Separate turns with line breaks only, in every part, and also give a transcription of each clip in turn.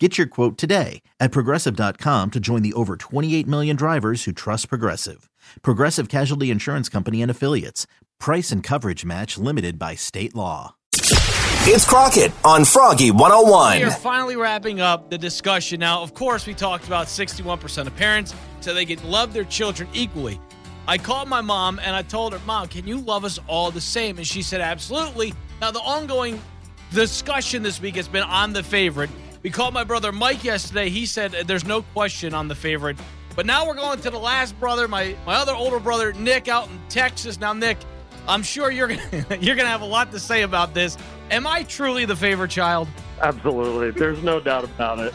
Get your quote today at progressive.com to join the over 28 million drivers who trust Progressive. Progressive Casualty Insurance Company and Affiliates. Price and coverage match limited by state law.
It's Crockett on Froggy
We are
101.
finally wrapping up the discussion. Now, of course, we talked about 61% of parents said they can love their children equally. I called my mom and I told her, Mom, can you love us all the same? And she said, Absolutely. Now, the ongoing discussion this week has been on the favorite. We called my brother Mike yesterday. He said, uh, There's no question on the favorite. But now we're going to the last brother, my, my other older brother, Nick, out in Texas. Now, Nick, I'm sure you're gonna, you're gonna have a lot to say about this. Am I truly the favorite child?
Absolutely. There's no doubt about it.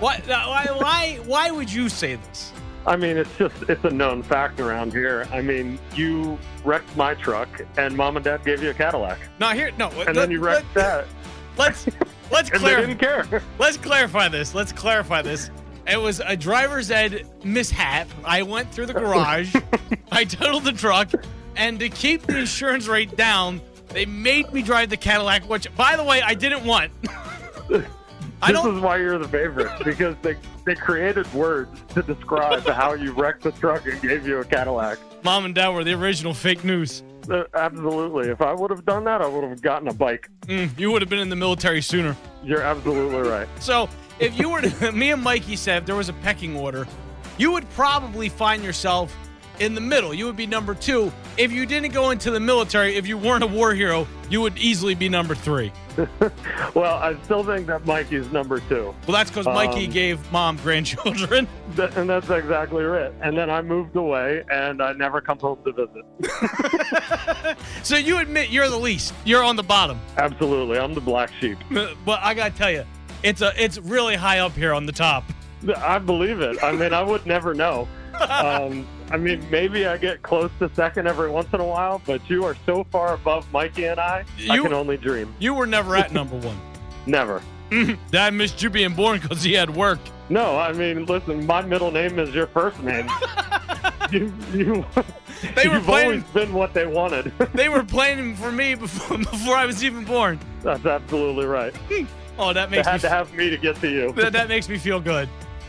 What? uh, Why? Why? Why would you say this?
I mean, it's just, it's a known fact around here. I mean, you wrecked my truck and mom and dad gave you a Cadillac.
No, here, no.
And then you wrecked that
Let's let's
and they
clarify.
didn't care.
Let's clarify this. Let's clarify this. It was a driver's ed mishap. I went through the garage. I totaled the truck, and to keep the insurance rate down, they made me drive the Cadillac, which, by the way, I didn't want. I
this
don't.
is why you're the favorite because they, they created words to describe how you wrecked the truck and gave you a Cadillac.
Mom and Dad were the original fake news.
Uh, Absolutely. If I would have done that, I would have gotten a bike.
Mm, you would have been in the military sooner.
You're absolutely right.
So if you were to, me and Mikey said if there was a pecking order, you would probably find yourself in the middle. You would be number two. If you didn't go into the military, if you weren't a war hero, you would easily be number three.
Well, I still think that Mikey's number two.
Well, that's because Mikey
Um,
gave mom grandchildren.
Th- And that's exactly right. And then I moved away and I never come home to visit.
So you admit you're the least. You're on the bottom.
Absolutely. I'm the black sheep.
But I gotta tell you, it's a it's really high up here on the top.
I believe it. I mean, I would never know. Um, I mean, maybe I get close to second every once in a while, but you are so far above Mikey and I, I
You-
can only dream.
You were never at number one.
Never.
Dad missed you being born because he had work.
No, I mean, listen, my middle name is your first name. you, you,
They were
you've
playing.
always been what they wanted.
They were planning for me before before I was even born.
That's absolutely right.
Oh, that
They
makes me
had to have me to get to you.
that, that makes me feel good.